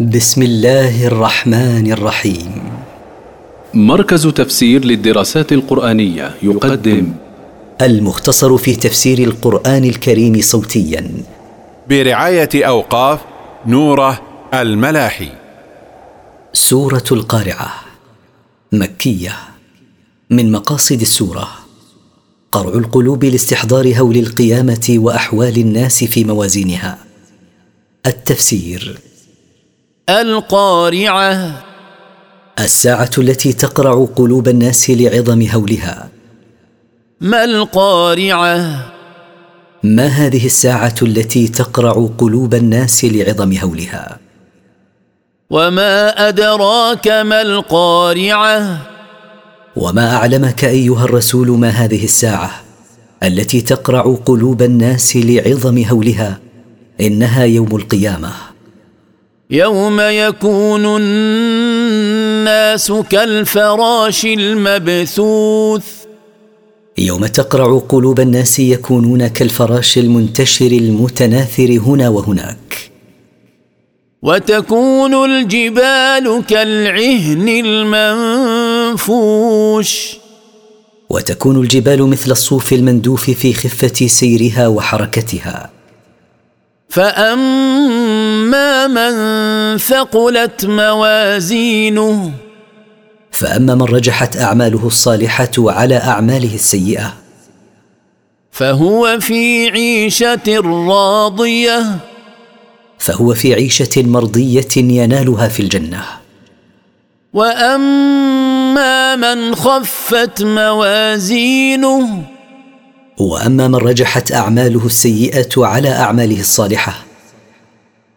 بسم الله الرحمن الرحيم مركز تفسير للدراسات القرآنية يقدم المختصر في تفسير القرآن الكريم صوتيا برعاية أوقاف نوره الملاحي سورة القارعة مكية من مقاصد السورة قرع القلوب لاستحضار هول القيامة وأحوال الناس في موازينها التفسير القارعة الساعة التي تقرع قلوب الناس لعظم هولها ما القارعة ما هذه الساعة التي تقرع قلوب الناس لعظم هولها وما أدراك ما القارعة وما أعلمك أيها الرسول ما هذه الساعة التي تقرع قلوب الناس لعظم هولها إنها يوم القيامة يوم يكون الناس كالفراش المبثوث يوم تقرع قلوب الناس يكونون كالفراش المنتشر المتناثر هنا وهناك وتكون الجبال كالعهن المنفوش وتكون الجبال مثل الصوف المندوف في خفة سيرها وحركتها فأما من ثقلت موازينه فأما من رجحت أعماله الصالحة على أعماله السيئة فهو في عيشة راضية فهو في عيشة مرضية ينالها في الجنة وأما من خفت موازينه وأما من رجحت أعماله السيئة على أعماله الصالحة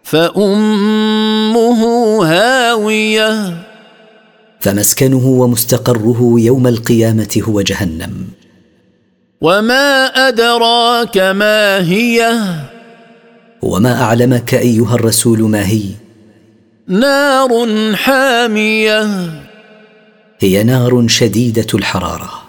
فأمه هاوية فمسكنه ومستقره يوم القيامة هو جهنم وما أدراك ما هي وما أعلمك أيها الرسول ما هي نار حامية هي نار شديدة الحرارة